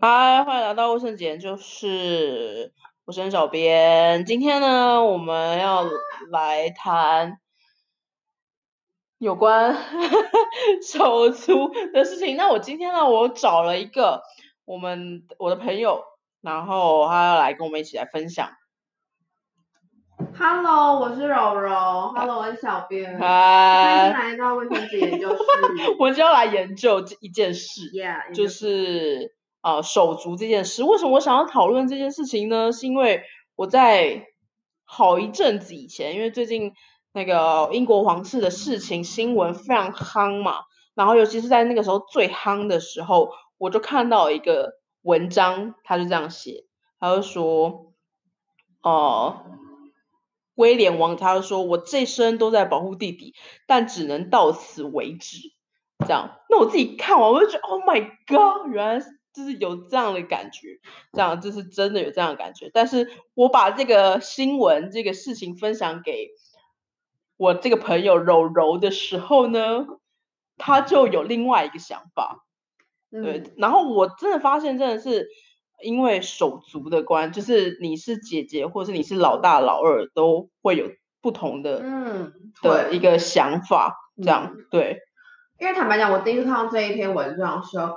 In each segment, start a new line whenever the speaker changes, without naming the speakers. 嗨，欢迎来到卫生间，就是我是小编。今天呢，我们要来谈有关 手足的事情。那我今天呢，我找了一个我们我的朋友，然后他要来跟我们一起来分享。
Hello，我是柔柔。Hello，我是小编。欢迎
嗨，
来到卫生纸研究室。
我们就要来研究这一件事。
yeah，
就
研究室
是呃手足这件事。为什么我想要讨论这件事情呢？是因为我在好一阵子以前，因为最近那个英国皇室的事情新闻非常夯嘛，然后尤其是在那个时候最夯的时候，我就看到一个文章，他就这样写，他就说，哦、威廉王他就说：“我这生都在保护弟弟，但只能到此为止。”这样，那我自己看完我就觉得，Oh my god，原来是就是有这样的感觉，这样就是真的有这样的感觉。但是我把这个新闻这个事情分享给我这个朋友柔柔的时候呢，他就有另外一个想法，对，
嗯
然后我真的发现，真的是因为手足的关，就是你是姐姐，或是你是老大、老二，都会有不同的、
嗯，
的
对嗯
一个想法，这样、对。
因为坦白讲，我第一次看到这一篇文章的时候，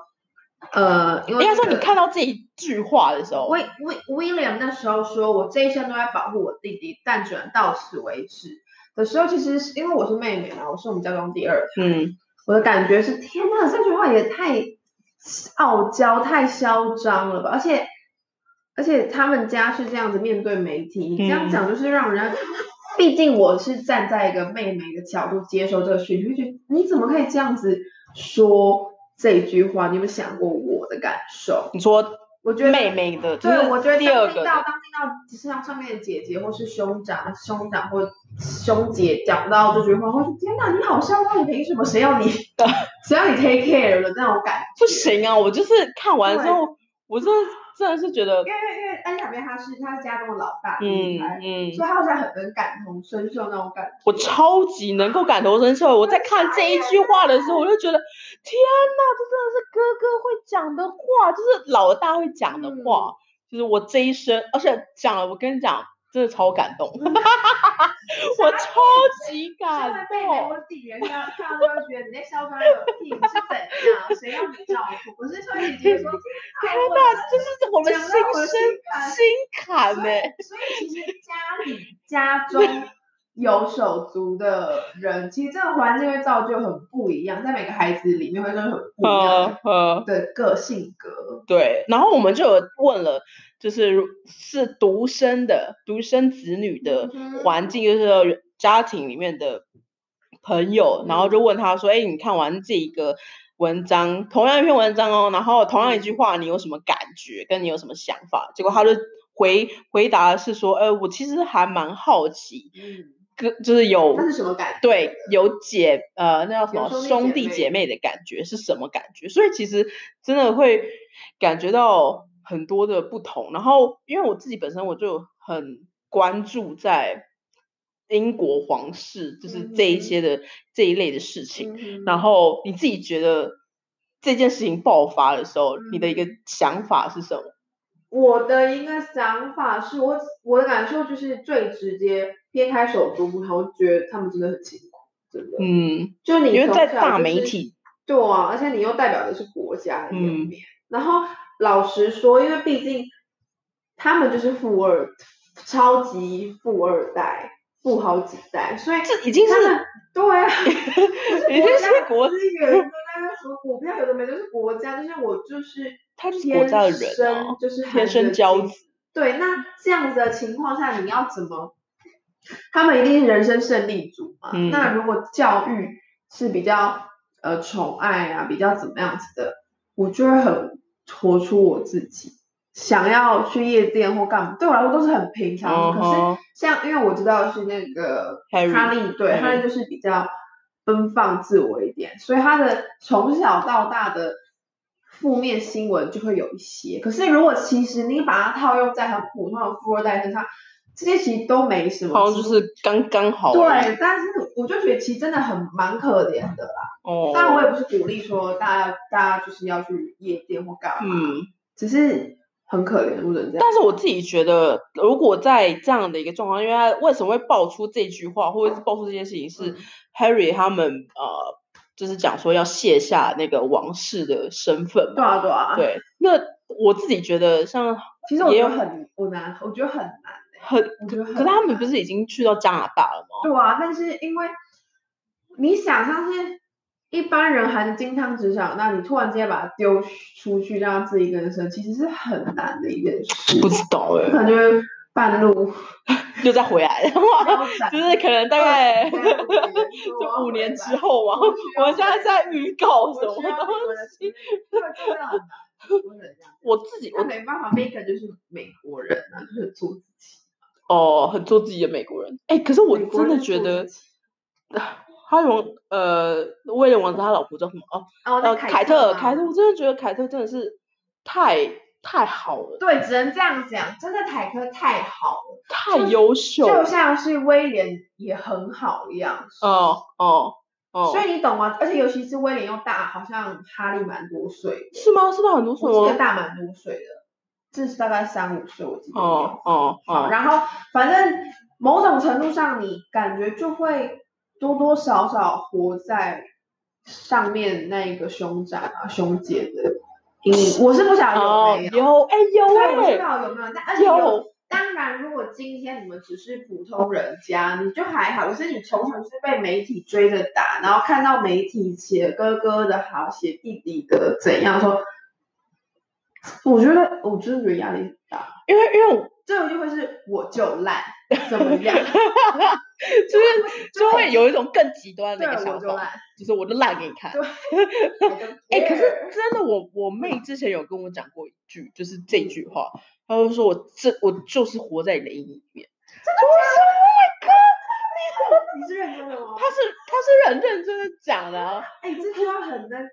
呃，因
应
为
该说，
那
你
个
看到这一句话的时候，
威威威廉那时候说，我这一生都在保护我弟弟，但只能到此为止的时候，其实是因为我是妹妹嘛，我是我们家中第二，
嗯，
我的感觉是，天呐，这句话也太傲娇、太嚣张了吧！而且，而且他们家是这样子面对媒体，你这
嗯
样讲就是让人家，毕竟我是站在一个妹妹的角度接受这个讯息，会觉得你怎么可以这样子说这句话？你有没有想过我的感受？
你说
我觉得
妹妹的，就
对，
是
我觉得
第二
当听
个
到
的，
当听到只是让上面的姐姐或是兄长、兄长或兄姐讲到这句话，我说天哪，你好嚣张，你凭什么？谁要你？谁要你 take care 的那种感觉？
不，行啊！我就是看完之
对
后，我真的真的是觉得
因，为因为安小编他是他是家中的老大
嗯
女孩，
嗯，
所以他好像很能感同身受那种感觉。
我超级能够感同身受。我在看这一句话的时候，我就觉得，天呐，这真的是哥哥会讲的话，就是老大会讲的
嗯
话，就是我这一生，而且讲了，我跟你讲，真的超感动，我哦超级
身为
感
妹妹
动。
或弟弟，人家看到都会觉得你在嚣张个屁，你是怎样？谁要你照顾？我是说姐姐说，
天
天
呐，这是我们
讲
心
到我
声
的心坎
心坎欸呢、
所以其实家里家中有手足的人，其实这个环境会造就很不一样，在每个孩子里面会造就很不一样
呃呃，
的个性格。
对。然后我们就有问了，就是如是独生的独生子女的。
嗯
环境，就是家庭里面的朋友，然后就问他
嗯
说：“哎、你看完这一个文章，同样一篇文章哦，然后同样一
嗯
句话，你有什么感觉？跟你有什么想法？”结果他就回回答的是说：“呃，我其实还蛮好奇，
嗯，
跟就是有
那是什么感觉？
对，有姐呃，那叫什
有
么
兄弟
兄弟
姐妹
姐妹的感觉是什么感觉？所以其实真的会感觉到很多的不同。然后因为我自己本身我就很关注在英国皇室，就是这一
嗯哼
些的、这一类的事情。
嗯
然后你自己觉得这件事情爆发的时候，你的一个
嗯
想法是什么？
我的一个想法是我我的感受就是最直接，撇开手足不谈，我觉得他们真的很辛苦，真的。
嗯，
就你
因为
从
在
小
大
就
媒
是
体，
对啊，而且你又代表的是国家的颜
嗯
面。然后老实说，因为毕竟他们就是富二，超级富二代，富好几代，所以
这已 经是
他们对啊，
啊已经是国
资源跟那个什么股票有的没都是国家，就是我就是
他就是国
天
家的人啊
生就是
天
含
生
着
骄
金
子。
对，那这样子的情况下，你要怎么？他们一定是人生胜利组嘛。
嗯
那如果教育是比较呃宠爱啊，比较怎么样子的，我就会很活出我自己。想要去夜店或干嘛，对我来说都是很平常
嗯
的。
哼
可是像因为我知道的是那个
Harry，
哈利，对哈利就是比较奔放自我一点，所以他的从小到大的负面新闻就会有一些。可是如果其实你把它套用在很普通的富二代身上，这些其实都没什么，
好像就是刚刚好而已。
对。但是我就觉得其实真的很蛮可怜的啦。
哦，
当然我也不是鼓励说大家大家就是要去夜店或干嘛，
嗯，
只是很可怜，不能这样。
但是我自己觉得，如果在这样的一个状况，因为他为什么会爆出这句话，或者是爆出这件事情，
嗯
是 Harry 他们呃，就是讲说要卸下那个王室的身份
对
嘛。
啊对啊，，
对，那我自己觉得像
其实我
也有
觉得很我难，我觉得很难，
很，
我觉得很
可是他们不是已经去到加拿大了吗？
对啊，但是因为你想象是一般人含金汤匙想，那你突然之间把它丢出去，让他自己一个人生，其实是很难的一件事，
不知道哎、
可 能就是 半路
又再回来了，
腰斩
就是可能大 概
哦就
就五
哦
年之后嘛。
我需
我
要
们现在在预告什
我
么
需要
东
我的
西？
这个真的很难，不能这样。
我自己
那
我
没办法，Megan 就是美国人啊，就是做自己。
哦，很做自己的美国人。哎，可是我
美国
真的
人
觉
做
得
自己，
哈荣呃，威廉王子他老婆叫什么？哦，
哦，那
呃，凯特，凯特，
吗
我真的觉得凯特真的是太太好了，
对，只能这样讲，真的凯特太好了，
太
就
优秀
就
了。
像是威廉也很好一样。
哦哦哦
所，以你懂吗？而且尤其是威廉又大，好像哈利蛮多岁，
是吗？是他很多什
我记
么？
得大蛮多岁的，至少大概三五岁，我记得有。
哦哦哦，
然后反正某种程度上，你感觉就会多多少少活在上面那个兄长啊、兄姐的阴影。我是不晓得有
哦
没有，
有哎有
对，我不知
哎
道有没有，但而且有。
有，
当然，如果今天你们只是普通人家，你就还好。可是你从小是被媒体追着打，然后看到媒体写哥哥的好，写弟弟的怎样说，我觉得我真的觉得压力很大。
因为因为我
最后就会是我就烂，怎么 样？
就是 就会有一种更极端的
对
一个想
我就
法，
烂，
就是我就烂给你看。哎、
哎
可是真的，我我妹之前有跟我讲过一句，就是这句话，她就说我这我就是活在你的阴影里面。
你是认真的吗
她？是她是很认真的讲的、啊，
哎，这句话很那个，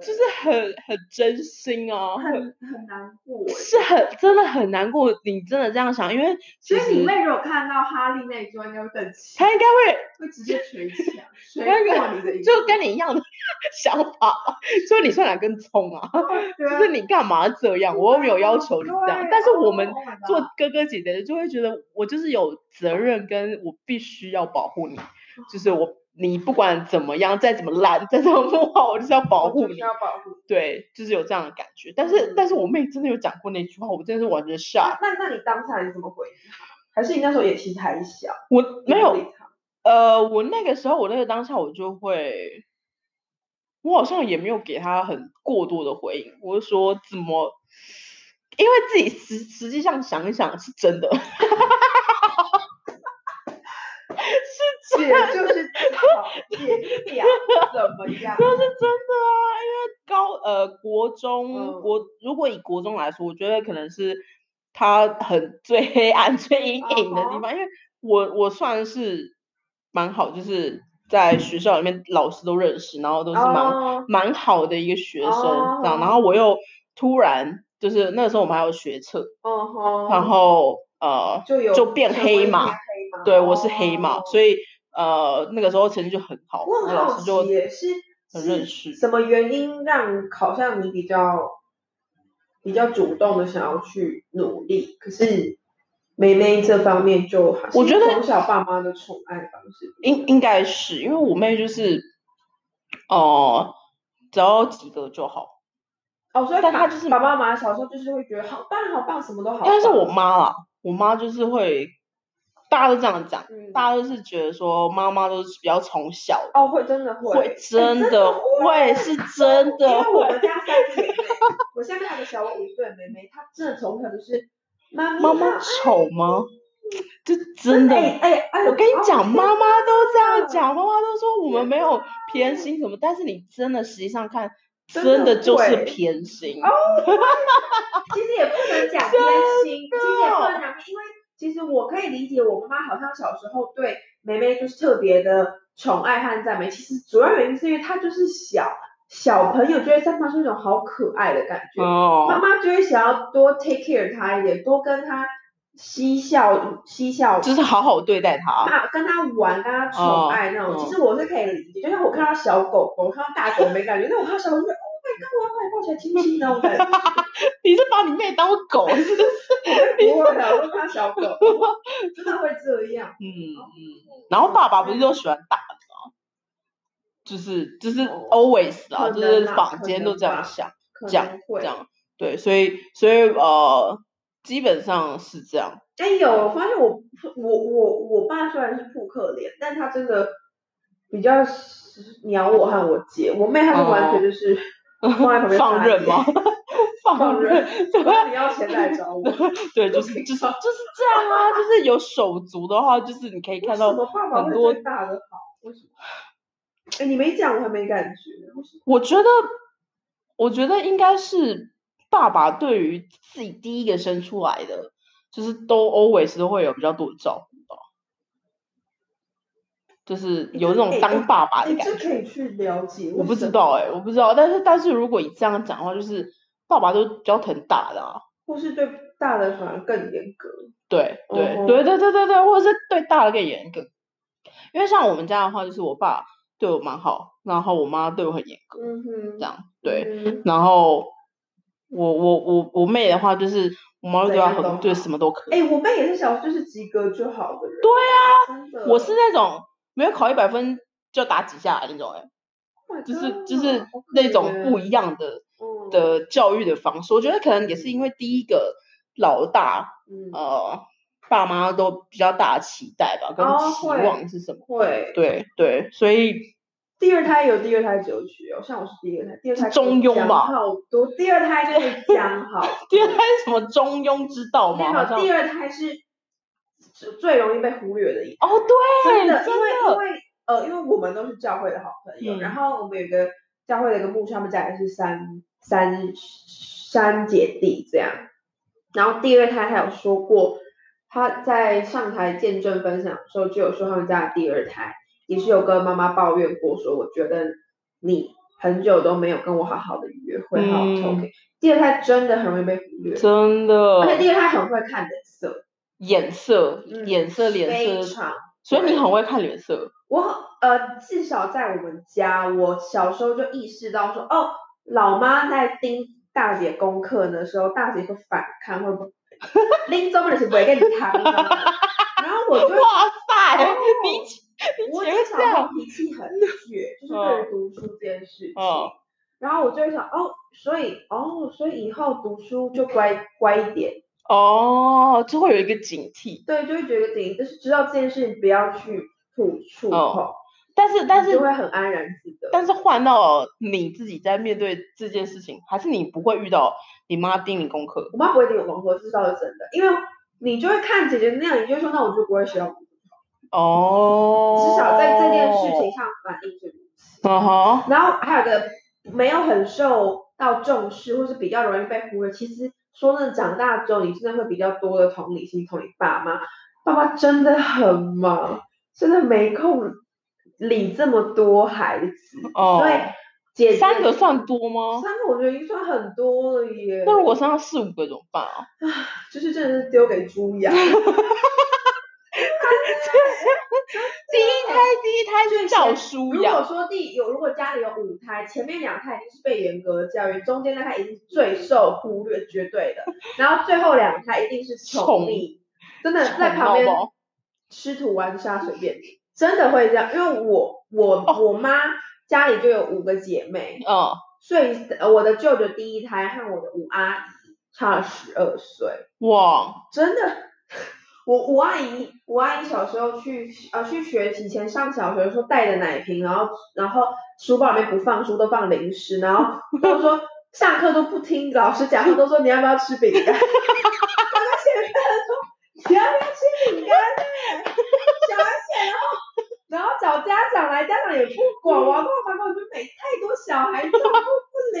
就是很很真心啊，很
很很难过。
是很真的很难过。你真的这样想，因为其
所以你
实
妹如果看到哈利那一桌，应该会更气，
她应该会
会直接 捶墙，捶
那个
破你的椅子。
就跟你一样的想法吧，就你算哪根葱啊？
对啊
就是你干嘛这样？我又没有要求你这样
对，
但是我们
Oh my god
做哥哥姐姐的就会觉得我就是有责任，跟我必须要保护你，就是我你不管怎么样，再怎么烂，再怎么不好，我就是要保
我
护
就
你
是。要保护。
对，就是有这样的感觉。但是、
嗯
但是我妹真的有讲过那句话，我真的是完全
那
shock。
那那你当下你怎么回应？还是你那时候也其实还小，
我
你
没
理
有
他
呃，我那个时候我那个当下我就会，我好像也没有给她很过多的回应，我就说怎么。因为自己实实际上想一想是真的，
姐就是好姐表怎么样？
这是真的啊，因为高呃国中、
嗯
国，如果以国中来说，我觉得可能是他很最黑暗、最阴影的地
哦
方，因为我我算是蛮好，就是在学校里面老师都认识，然后都是蛮、
哦
蛮好的一个学生，这样，然
哦
后我又突然就是那时候我们还有学测，
嗯哼，
然后呃
就有
就变
成
黑
为
马
变黑马
对我是黑马，
哦
所以呃那个时候成绩就很好，
我
那
很
老
好
师就
奇耶，是
很认
是
识
什么原因让好像你比较比较主动的想要去努力，可是妹妹这方面就还是
我觉得
从小爸妈的宠爱方式不一样，
应应该是因为我妹就是，哦、只要及格就好。
哦，所以
但
爸
她就是
爸爸妈妈小时候就是会觉得好棒好棒，什么都好棒，
应该是我妈啦，我妈就是会，大家都这样讲，
嗯
大家都是觉得说妈妈都是比较从小的
哦会真的会
会
哎
真的会是真
因
的
为我
会
们家三个妹妹，我下面还有个小我五岁的妹妹，她真的从小就是妈咪
妈妈
好
丑吗？就真的，
哎哎，哎
我跟你讲，妈妈都这样
啊
讲，妈妈都说我们没有偏心什么，但是你真的实际上看，真的就是
会
偏心。
其实也不能讲偏心，其实也不能讲偏，因为其实我可以理解，我妈妈好像小时候对妹妹就是特别的宠爱和赞美。其实主要原因是因为她就是小小朋友，就会散发出一种好可爱的感觉，妈
哦，
妈就会想要多 take care 她一点，多跟她嬉笑嬉笑。
就是好好对待他。
啊，跟她玩，跟她宠爱那种，
哦
其实我是可以理解。就像我看到小狗狗，我看到大狗没感觉，但我看到小狗就，Oh my 我要把你抱起来亲亲呢，我感觉
你是把你妹当我 狗？是不是
不会的，我都怕小狗， 真的会这样。
嗯嗯。然后爸爸不是都喜欢打的吗？就是就是 always 啊，
可
就
能
是
啦
坊
可
间
能
都这样
吧
想。
可
这样
能会
这样，对，所以所以呃，基本上是这样，
哎、有，我发现我我我我爸虽然是扑克脸，但他真的比较鸟我和我姐，我妹她就完全就是放在旁边
哦 放
撒
任吗？
野放任，
任，对
然后你要钱来找我。
对，就是就是就是这样啊，就是有手足的话，就是你可以看
为什
到，
么爸爸
很
会
多
对大的好？为什么？哎，你没讲，我还没感觉。为什么
我觉得我觉得应该是爸爸对于自己第一个生出来的，就是都 always 都会有比较多的照顾到，就是有那
哎
种
哎
当爸爸的
哎，
感
这
觉。
可以去了解。
我不
为什
知
么
道哎、我不知道。但是但是如果你这样讲的话，就是爸爸都比较疼大的啊，
或是对大的反而更严格。
对对、
哦
对对对对对，或者是对大的更严格。因为像我们家的话，就是我爸对我蛮好，然后我妈对我很严格，
嗯哼
这，样对。
嗯
然后我我我我妹的话，就是我妈对她
怎样都
很
好
对什么都可以。
哎，我妹也是小，就是及格就好的人。对啊，真的。
我是那种没有考一百分就打几下的那种哎、
，Oh 啊
就是就是那种不一样的
样
的教育的方式。我觉得可能也是因为第一个老大
嗯，
呃爸妈都比较大的期待吧，跟
哦
期
会
望是什么？
会。
对对，所以
第二胎有第二胎哲学哦，像我是第二胎，第二胎
中庸
讲
吧
好多，第二胎就是讲好多，
第二胎是什么中庸之道
没
吗？ 好
有，
像
第二胎是最最容易被忽略的一
哦，对，
真
真
的，因为因为呃，因为我们都是教会的好朋友，
嗯
然后我们有一个教会的一个牧师，他们家也是三三三姐弟这样。然后第二胎他有说过，他在上台见证分享的时候就有说他们家的第二胎也是有跟妈妈抱怨过说，我觉得你很久都没有跟我好好的约会，好好
嗯
talking。第二胎真的很容易被忽略，
真
而且
的
第二胎很会看脸色，
眼色、
嗯
眼色、
非
脸色，
常
所以你
对
很会看脸色，
我呃，至少在我们家，我小时候就意识到说，哦，老妈在盯大姐功课的时候，大姐会反抗，会不拎走的是不会跟你扛的。然后我就
哇塞，
哦
你
我
你觉得
至
这
少
样嗯
脾气很倔，就是对于读书这件事情。
哦
然后我就会想，哦，所以哦，所以以后读书就乖乖一点，
哦，就会有一个警惕，
对，就会觉得你就是知道这件事情不要去触触碰，
哦但是但
你
是
就会很安然自得。
但是换到你自己在面对这件事情，还是你不会遇到你妈盯你功课，
我妈不会盯我功课，这是倒是真的，因为你就会看姐姐那样，你就会说那我就不会学到功课，
哦，
至少在这件事情上反应是如此。
嗯哼，
然后还有一个没有很受到重视，或是比较容易被忽略。其实说真的，长大之后你真的会比较多的同理心，同理爸妈。爸爸真的很忙，真的没空理这么多孩子，
哦
所以姐姐
三个算多吗？
三个，我觉得已经算很多了耶。
那如果上四五个怎么办啊？
就是真的是丢给猪养。
第一胎，第一胎
就
是
是
照书
如果
养，
说第有，如果家里有五胎，前面两胎已经是被严格教育，中间那胎一定是最受忽略、绝对的，然后最后两胎一定是宠溺，真的
宠
在旁边
猫猫
吃土玩沙随便你，真的会这样。因为我我、我妈家里就有五个姐妹，
嗯，
所以呃我的舅舅第一胎和我的五阿姨差了十二岁，
哇，
真的，我我阿姨，我阿姨小时候去呃去学以前上小学的时候带着奶瓶，然后然后书包里面不放书，都放零食，然后都说上课都不听老师讲话，都说你要不要吃饼干？然后 写说你要不要吃饼干？啊小孩写，然后然后找家长来，家长也不管，我阿公阿妈根本就没太多小孩照顾 不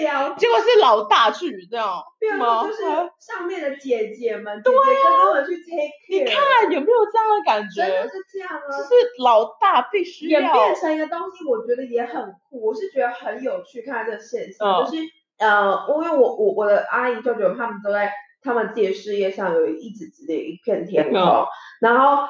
了，
结果是老大去这样，
变
吗
成就是上面的姐姐们、姐姐哥哥们去 take care。
看有没有这样的感
真的
觉？
是这样
就
啊。
是老大必须
演
要，
变成一个东西，我觉得也很酷，我是觉得很有趣，看到这个现象，
嗯
就是呃，因为我我我的阿姨舅舅他们都在他们自己的事业上有一直指的一片天空，
嗯
然后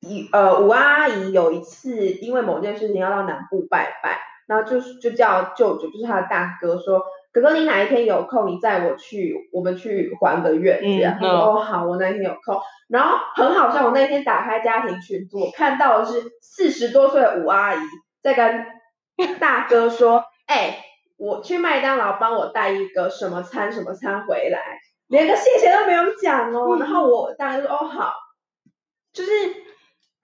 一呃我阿姨有一次因为某件事情要到南部拜拜，然后就是就叫舅舅，就是他的大哥说，哥哥，你哪一天有空，你载我去，我们去还个愿。”这样，
嗯
他说：“哦，好，我那一天有空。”然后很好笑，我那天打开家庭群组，我看到的是四十多岁的吴阿姨在跟大哥说：“哎、我去麦当劳帮我带一个什么餐什么餐回来。”连个谢谢都没有讲哦。然后我大概就说哦好，就是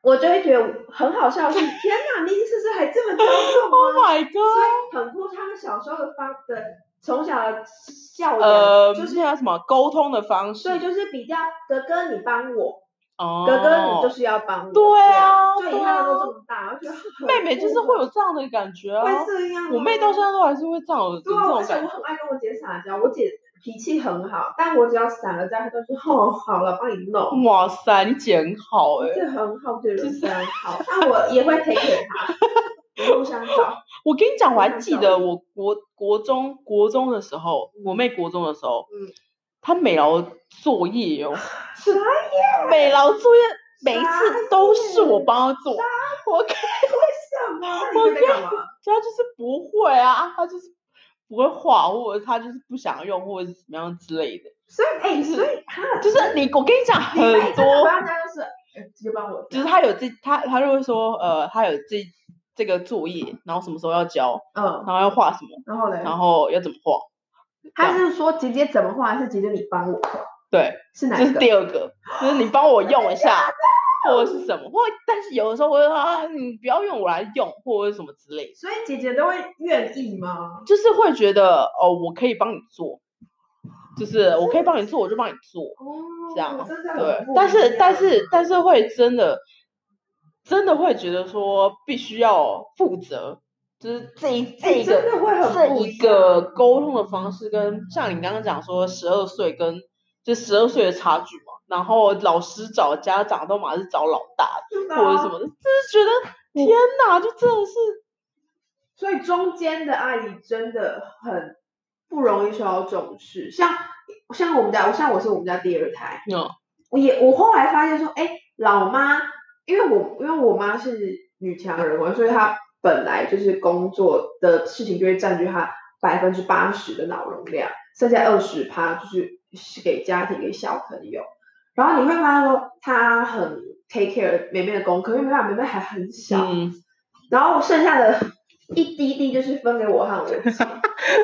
我就会觉得很好笑是，天哪，你是不是还这么庄
，Oh
重 啊？
my
所
god！
以很酷，他们小时候的方的从小的笑点，
呃，
就是
那叫什么沟通的方式
所以？就是比较哥哥你帮我，
哦，
哥哥你就是要帮我，
对啊对
这样就你
啊
看到都这么大，我觉得很
妹妹就是
酷
会有这样的感觉啊。
会这样、
我妹到现。在都还是会这样有这
对啊，
种
而且
感
我
觉。
很爱跟我姐撒娇，我姐脾气很好，但我只要撒了娇，她就说哦好了，帮你弄。
哇塞，你姐很好哎、
这很好，对
就
人
是
非常好。那我也会陪陪他，我互相照
我跟你讲，我还记
非常
得我国国中国中的时候，
嗯
我妹国中的时候，
嗯
她美劳作业 哦，
啥耶？
美劳作业每一
傻
次都是我帮她做，我看
什么？那你在干嘛？
她啊就是不会啊，她就是不会画，或者她就是不想用，或者是怎么样之类的。
所以哎，所以他
就是你，我跟你讲， 很
我
多
要家就是，哎就帮我
就
这样，
是她有这，她她就会说，呃，她有这这个作业，然后什么时候要交，
嗯，
然后要画什么，
然后嘞，
然后要怎么画，
他是说姐姐怎么画，还是姐姐你帮我画？
对。
是哪
这
一
是
个？
第二个，就是你帮我用一下，或者是什么，或但是有的时候我会说啊，你不要用我来用，或者是什么之类的，
所以姐姐都会愿意吗？
就是会觉得哦，我可以帮你做，就是我可以帮你做，我就帮你做，
哦，
这样
真的很
对
不。
但
一
是
样
但是但是会真的真的会觉得说必须要负责，就是这一这一
哎真
个
的会很
这
不
一
样
个沟通的方式跟像你刚刚讲说十二岁跟就十二岁的差距嘛，然后老师找家长都嘛是找老大
对啊吧
或者什么的，就是觉得天哪，就真的是
所以中间的阿姨真的很不容易受到重视，像像我们家，像我是我们家第二胎，
嗯
我也我后来发现说，哎，老妈，因为我因为我妈是女强人嘛，所以她本来就是工作的事情就会占据她百分之八十的脑容量，剩下二十趴就是是给家庭给小朋友。然后你会发现说，她很 take care 妹妹的功课，因为没办法，妹妹还很小，
嗯，
然后剩下的一滴滴就是分给我和我姐。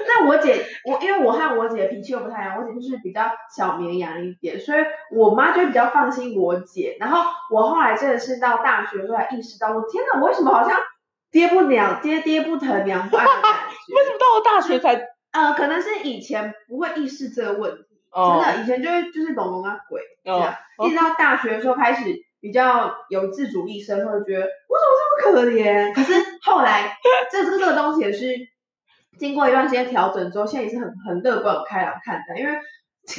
那我姐，我因为我和我姐脾气又不太一样，我姐就是比较小绵羊一点，所以我妈就比较放心我姐。然后我后来真的是到大学的时候才意识到，我天哪，我为什么好像爹不娘爹爹不疼娘不爱的感
为
觉？
什么到了大学才
呃，可能是以前不会意识这个问题，
哦
真的以前就会就是懂懂啊鬼。这
哦
样，一直到大学的时候开始比较有自主意识的时候，觉得我怎么这么可怜？ 可是后来这这个这个东西也是经过一段时间调整之后，现在也是很很乐观、很开朗看待，因为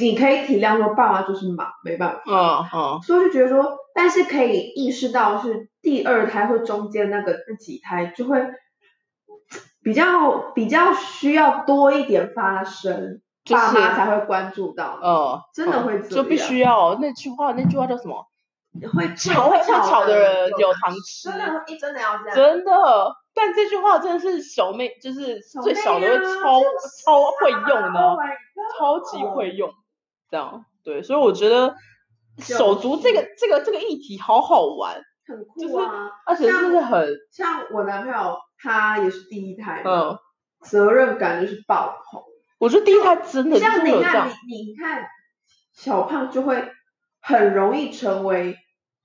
你可以体谅说爸妈就是忙，没办法，
嗯嗯
所以就觉得说，但是可以意识到是第二胎或中间那个那几胎就会。比较比较需要多一点发声，
就是
爸妈才会关注到你，
嗯，
真的会这样
就必须要那句话，那句话叫什么？
会
吵 会吵的人有糖吃，
真的，一真的要这样。
真的。但这句话真的是小妹，就是
小
最
妹
小的会
啊
超、
就是
超会用的
啊
哦
Oh，my god
超级会用，这样对，所以我觉得
就是
手足这个这个这个议题好好玩，
很
就是
酷啊！
而且真的是很
像我男朋友，他也是第一胎嘛，
嗯，
责任感就是爆棚。
我觉得第一胎真的就是
像
会
你
有这
看，
样，
你你看，小胖就会很容易成为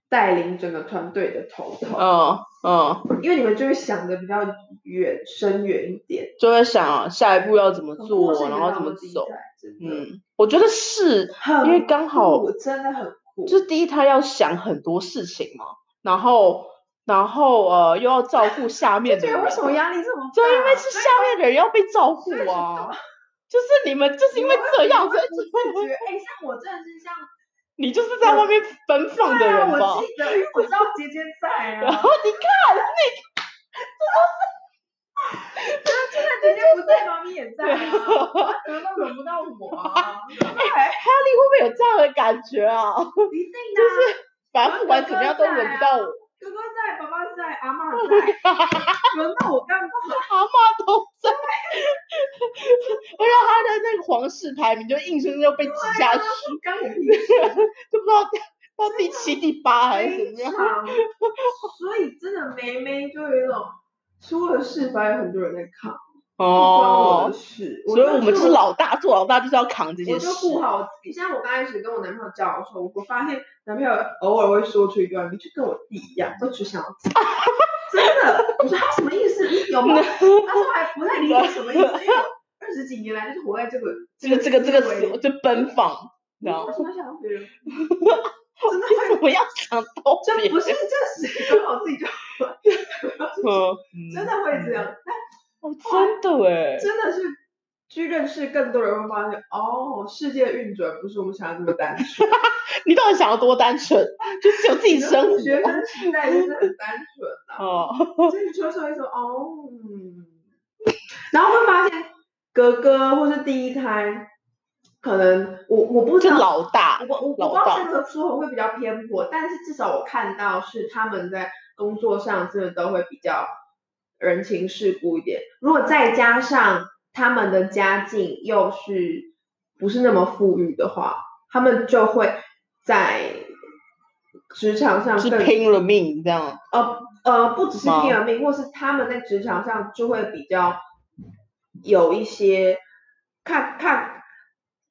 带领整个团队的头头，
嗯嗯，
因为你们就会想的比较远、深远一点，
就会想啊下一步要怎么
很酷是
做，
你
然
们
后
老
怎么
婆第一
走，
胎，真的，
嗯，我觉得是
很
因为刚好
酷真的很酷，
就是第一，他要想很多事情嘛，然后然后呃又要照顾下面
就
的
觉
人
得，为什么压力这么大？
就因为是下面的人要被照顾
所以
啊，就是你们就是 因为这样，所以就
我
会
觉得，哎、像我真的是像，
你就是在外面奔放的
对啊，
人吧
我？记得，因为我知道杰杰在
然
啊
后，你看，
现在杰杰不在，妈咪也在啊，他怎么都轮不到 我啊，
哎，哈利会不会有这样的感觉啊？
一定的啊、
反正不管怎么样都轮不到我。
对哥哥在，爸爸在，阿妈在，
啊
轮到我干嘛？
阿妈都在，而且他的那个皇室排名就硬生生就被挤下 去，
刚有屁事啊
就不知道到第七、第八啊还是
非
怎么样。
常，所以真的梅梅就有一种出了事，反而有很多人在看，不关我的
哦，
事。
所以
就
我们是老大，做老大就是要扛这
我
件事
就。顾好我自己。像我刚开始跟我男朋友交往的时候，我发现男朋友偶尔会说出一段，你就跟我弟一样，都只想要自己。真的，我说他什么意思？你有吗？他说还不太理解什么意思，因为我二十几年来就是活在这个
这个这个这个
思维
死
里
就奔放，你知道
我
吗
为？什么想要别人？真的会，
为什么要想到别
这
人
不是这是刚好自己就好，
嗯
真的会这样。
哦，真的哎，
真的是去认识更多人，会发现哦，世界的运转不是我们想的这么单纯。
你到底想要多单纯？ 就只有自己生活
学生时代就是很单纯啊，
哦，
所以说说一说哦，嗯，然后会发现哥哥或是第一胎，可能我我不知
就
道。
老大
我我我不知
老
道
大
这个说法会比较偏颇，但是至少我看到是他们在工作上真的都会比较人情世故一点。如果再加上他们的家境又是不是那么富裕的话，他们就会在职场上
是
更
拼了命这样。
呃呃，不只是
吗
拼了命，或是他们在职场上就会比较有一些看看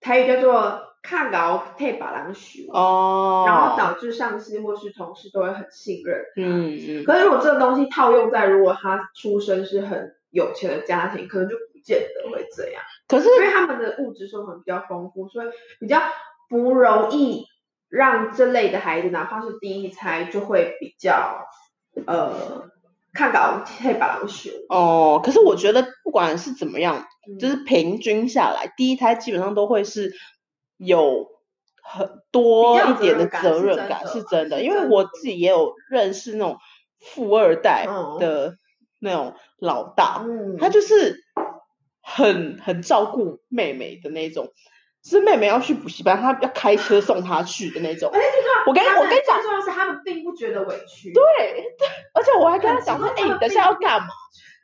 台语叫做看牢退把狼许，
哦，
然后导致上司或是同事都会很信任。
嗯嗯，
可是如果这个东西套用在如果他出身是很有钱的家庭，可能就不见得会这样，
可是
因为他们的物质生活比较丰富，所以比较不容易让这类的孩子，哪怕是第一胎，就会比较呃看搞黑白老鼠，
哦，可是我觉得不管是怎么样，就
嗯
是平均下来，第一胎基本上都会是有很
比
多
较
一
有
点的
责
责任
任感
感，
是
是
真
真
的
的。
是
因为
真
我
的
自己也有认识那种富二代
嗯
的那种老大，
嗯，
他就是很很照顾妹妹的那种，是妹妹要去补习班，他要开车送她去的那种
而。且哎就算
我跟
他们
我跟你讲
最重要的是他们并不觉得委屈，
对对，而且我还跟他讲说，
很
哎、
奇怪
你等一下要干嘛？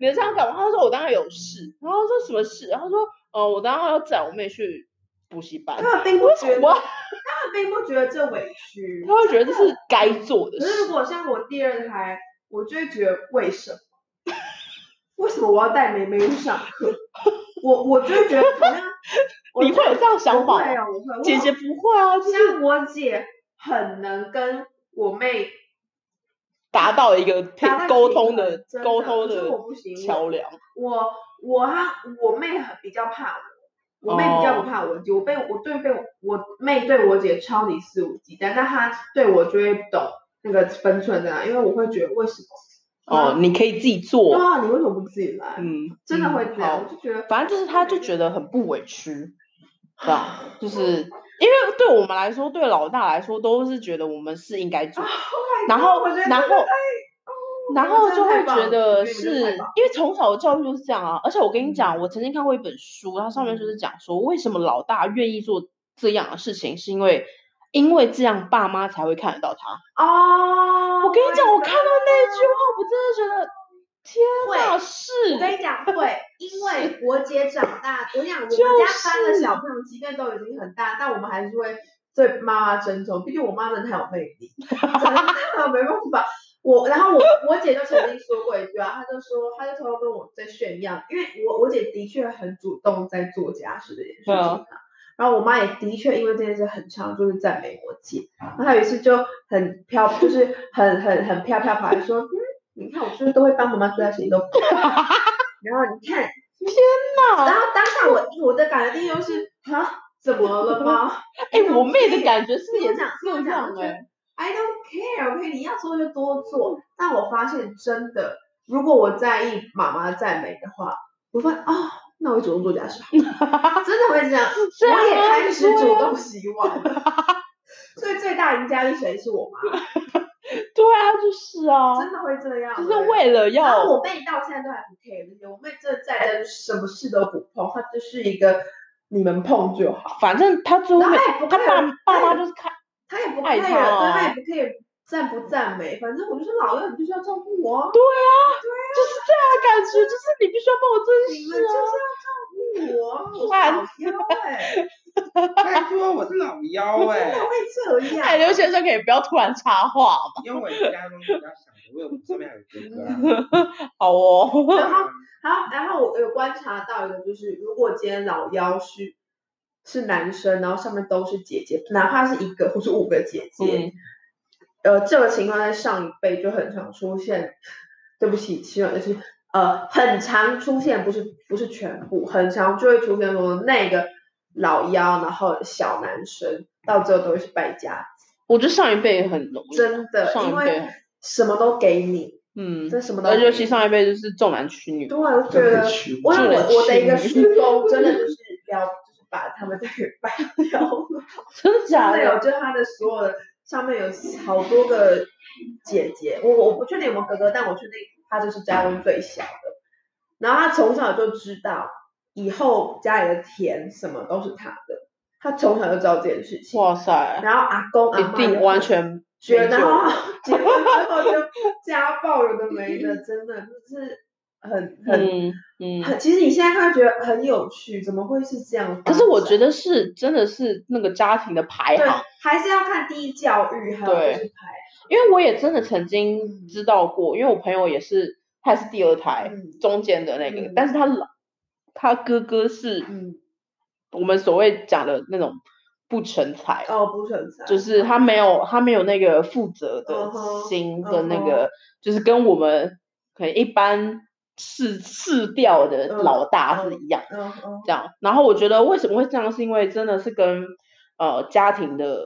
你等一下要干嘛？他说我当然有事。然后我说什么事？他说，哦，我当然要载我妹去补习班。
他们并不
为
觉
什
得，
么？
他们并不觉得这委屈，
他会觉得这是该做的
可是
事
如。果像我第二胎，我就会觉得为什么？为什么我要带妹妹去上课？我我就会觉得好像我
你会有这样想
我
法
会
吗？
啊，我会。我
姐姐不会啊，就是
像我姐很能跟我妹
达到一个
达到
沟
平衡
通的
真的
沟通
可是
的
我不行，
桥梁。
我我哈我妹很比较怕我，我妹比较不怕我
哦
姐，我被我对被我我妹对我姐超级肆无忌惮，但她对我就会懂那个分寸在哪，因为我会觉得为什么。
哦，你可以自己
对
做。
啊，你为什么不自己来？
嗯，
真的会
嗯
这样，
好
我就觉得，
反正就是他就觉得很不委屈，对吧？就是因为对我们来说，对老大来说，都是觉得我们是应该做的，然后
我觉得
然
真的
后然后就会觉得
太棒了
是
你们真的太棒了
因为从小的教育就是这样啊。而且我跟你讲，
嗯
我曾经看过一本书，它上面就是讲说，为什么老大愿意做这样的事情，是因为因为这样爸妈才会看得到他。
哦，
我跟你讲，我看到那一句
句，
话，我真的觉得天哪，
我跟
是
你讲会，因为我姐长大，我跟你讲我们
就
家三
是
个
小朋友即便都已经很大，但我们还是会对妈妈争宠，毕竟我妈真的太有魅 力，真的没办法。我然后我我姐就曾经说过一句啊，她就说她就偷偷跟我在炫耀，因为我我姐的确很主动在做家事这件事情啊。然后我妈也的确因为这件事很常就是赞美我姐，然后她有一次就很飘，就是很很很飘飘跑来说，嗯，你看我是不是都会帮妈妈做家事，你 都不会然后你看然
呐！
后当下我我的感觉第一就是啊，怎么了吗
哎，我妹的感觉是不是
听
也
我
是
讲，听
这
我讲，
样
我觉
哎
得。I don't care，OK，、你要做就多做。但我发现真的，如果我在意妈妈的赞美的话，我发现啊、
哦
那我主动做家事好了，真的会这样。
是啊
我也开始
对啊
主动洗碗了，
所以最大赢家是谁？是我妈，
对啊，就是啊，
真的会这样、
就
欸
是为了
然后
要
我妹到现在都还不 care 这些，我妹真的在的什么事都不碰，她就是一个你们碰就好，
反正他最后
然后
面
她也不
他
care，
爸爸妈
她也
就是看，
她也不 care，
爱
对，
她哦
她也不 care 赞不赞美，反正我就是老幺，你必须要照顾我啊，
就是这样的感觉，就是你必须要帮我珍
你
惜
们就是
啊。
要照
哇
顾我啊，我是老幺哎、
他哎说我是老妖
我真
哎、
的会这样。
哎，刘先生可以不要突然插话吗？
因为我家中比较小，因为我们这边还有哥哥、啊。
好哦，
然后，然后，然后我有观察到一个，就是如果今天老幺是是男生，然后上面都是姐姐，哪怕是一个或是五个姐姐，
嗯，
呃，这个情况在上一辈就很常出现。对不起，其实就是呃，很常出现，不是不是全部，很常就会出现说那个老幺，然后小男生到最后都会是败家，
我觉得上一辈很容易，
真的，
上
因
一
为
辈，
什么都给你，
嗯，
真什么都
而
给
且
你，
尤其上一辈就是重男轻女，
对，我觉得我
就
有
很
我我的一个
虚
师公，真的就是要就是把他 们都给掰掉 了。
真的假
真的
的？
有，就是他的所有的上面有好多个姐姐，我我不确定有没有哥哥，但我确定他就是家中最小的。然后他从小就知道以后家里的田什么都是他的，他从小就知道这件事情。
哇塞，
然后阿公阿
一
妈
定完全
觉
没
得
救
哦结婚之后 就家暴有的没的，真的就是很很
嗯嗯。
很，其实你现在看觉得很有趣，怎么会是这样？
可是我觉
得，
得是真的是那个家庭的排
对
行，，
还是要看第一教育，还有
对
就是排，
因为我也真的曾经知道过，因为我朋友也是，他也是第二胎、
嗯
中间的那个，
嗯
但是他老他哥哥是
嗯，
我们所谓讲的那种不成才，
哦，不存在，
就是他没有他没有那个负责的
嗯哼
心的那
嗯哼
个，就是跟我们可能一般市市调的
嗯
老大是
嗯
一样的
嗯嗯，
这样。然后我觉得为什么会这样，是因为真的是跟呃家庭的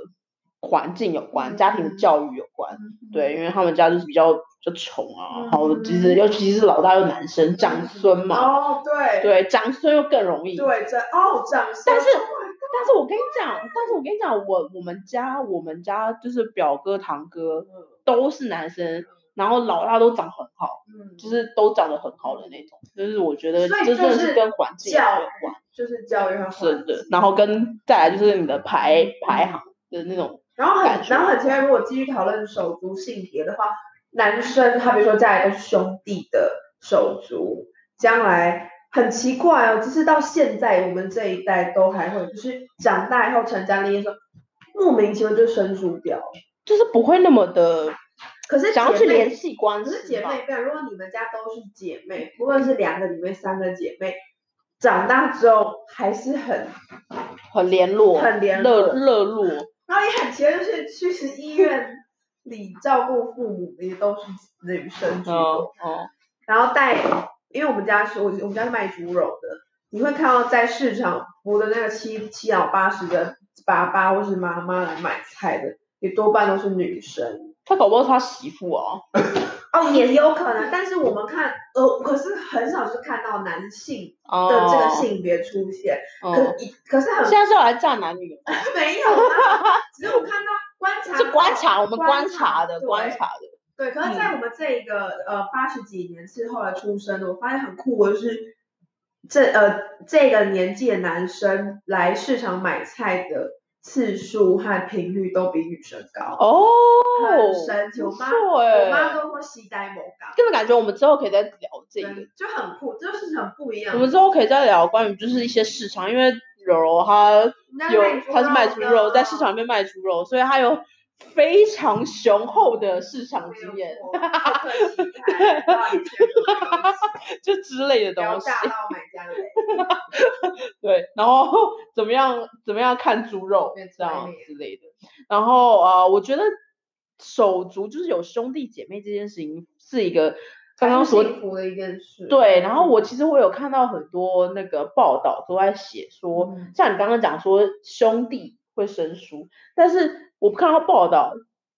环境有关，家庭的
嗯
教育有关。对，因为他们家就是比较就穷啊，然后其实
嗯
尤其是老大又男生，长孙嘛，
哦，对
对，长孙又更容易。
对，这哦，掌声，
但是但是我跟你讲，但是我跟你讲，我我们家我们家就是表哥堂哥都是男生，然后老大都长很好，
嗯，
就是都长得很好的那种，就是我觉得
所以
这真的
就是是
跟环境有
教
关。
就是教育和
是
环
的
境，
然后跟再来就是你的
嗯
排排行的那种，
然后
感
很
觉
然后很奇怪，如果继续讨论手足性别的话，男生他比如说家里都是兄弟的手足，将来很奇怪哦，只是到现在我们这一代都还会，就是长大以后成家立业的时候，莫名其妙就生疏掉了。
就是不会那么的
可是姐
想要去
妹
联系关
可是
系
姐
吧。
妹不然，如果你们家都是姐妹，不论是两个里面三个姐妹，长大之后还是很，
很联络，
很联
热
络
热络，嗯
然后也很奇怪，就是去医院里照顾父母的也都是女生居多，
哦哦，
然后带，因为我们家是我我们家是卖猪肉的，你会看到在市场服的那个七七老八十的爸爸或是妈妈来买菜的，也多半都是女生。
他搞不好是他媳妇啊，
哦，也有可能，但是我们看，呃，可是很少是看到男性
哦，
的这个性别出现，
嗯，
可一可是很
现在是要来炸男女，
没有啦，只是我看到观察
是观察，我们观
观
察
察
的，
对
观察的，
对，可是，
嗯
在我们这一个呃八十几年是后来出生的，我发现很酷的是，这呃这个年纪的男生来市场买菜的次数和频率都比女生高，
哦，
很神奇。我
不
妈
错
我妈
哎，
都说西呆某高，
真的感觉我们之后可以再聊这个，
对，就很酷，就是很不一样
我。们之后可以再聊关于就是一些市场，因为柔柔她
人家
有，
猪
他是卖
肉
猪
的
肉，在市场里面卖猪肉，所以他有非常雄厚的市场经验，，
好可惜，还不到以 前的东西
就之类的
不要
东西。
炸到买家的脸，
对，然后 怎么样怎么样看猪肉
对
这样
之类的
之类的。然后呃，我觉得手足就是有兄弟姐妹这件事情是一个刚刚所
幸福的一件事。
对，然后我其实我有看到很多那个报道都在写说，
嗯
像你刚刚讲说兄弟会生疏，但是我看到报道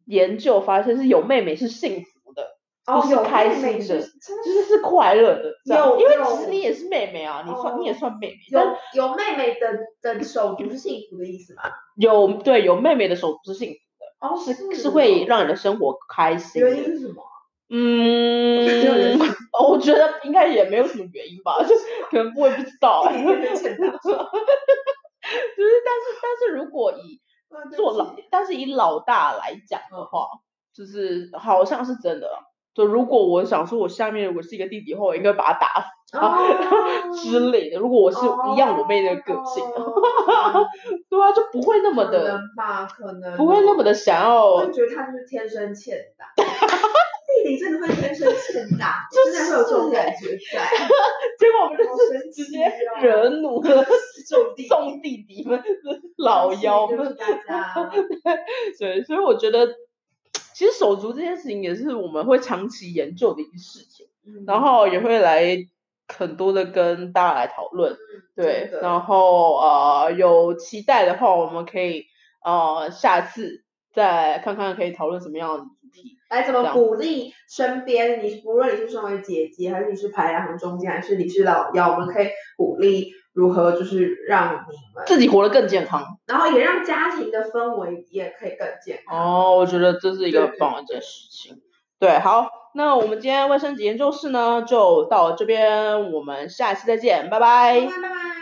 研究发现是有妹妹是幸福的，
哦，
是
有
开
妹妹
心的
是真的
就是是快乐的这样，
有
因为
有
其实你也是妹妹啊，你算、你也
哦
算妹妹，但
有有妹妹的的手足是幸福的意思吗？
有对有妹妹的手足是幸
哦，
福，是是
哦
会让你的生活开心
原因
的。
是什么？没有
嗯
人，
我觉得应该也没有什么原因吧，就是可能我也不知 道、 哎，就是
啊
但是但是如果以
哦对不
做
起
老，但是以老大来讲的话，就是好像是真的啦。就如果我想说，我下面如果是一个弟弟的话，我应该把他打死
哦
啊之类的。如果我是一样我妹那个个性的话， 对啊，就不会那么
可
的，
哦能吧，可能
不会那么的想要
会觉得他就是天生欠打。 弟弟真的会天生欠打，
就
真的会有这种感觉在，
结果我们 就
好神
直
奇
接
哦
惹怒了
种地
送弟弟们、老妖
对不
们
起。大家，
对，所以我觉得，其实手足这件事情也是我们会长期研究的一件事情，
嗯
然后也会来很多的跟大家来讨论。对
嗯真，的
然后呃有期待的话，我们可以呃下次再看看可以讨论什么样的主题。
来怎
这
么
样
鼓励身边你，不论你是身为姐姐，还是你是排行中间，还是你是老幺，我们可以鼓励如何就是让你们，
自己活得更健康
然后也让家庭的氛围也可以更健康。
哦，我觉得这是一个
对
很棒的一件事情。对，好，那我们今天卫生纸研究室呢就到这边，我们下期再见，拜拜
拜拜。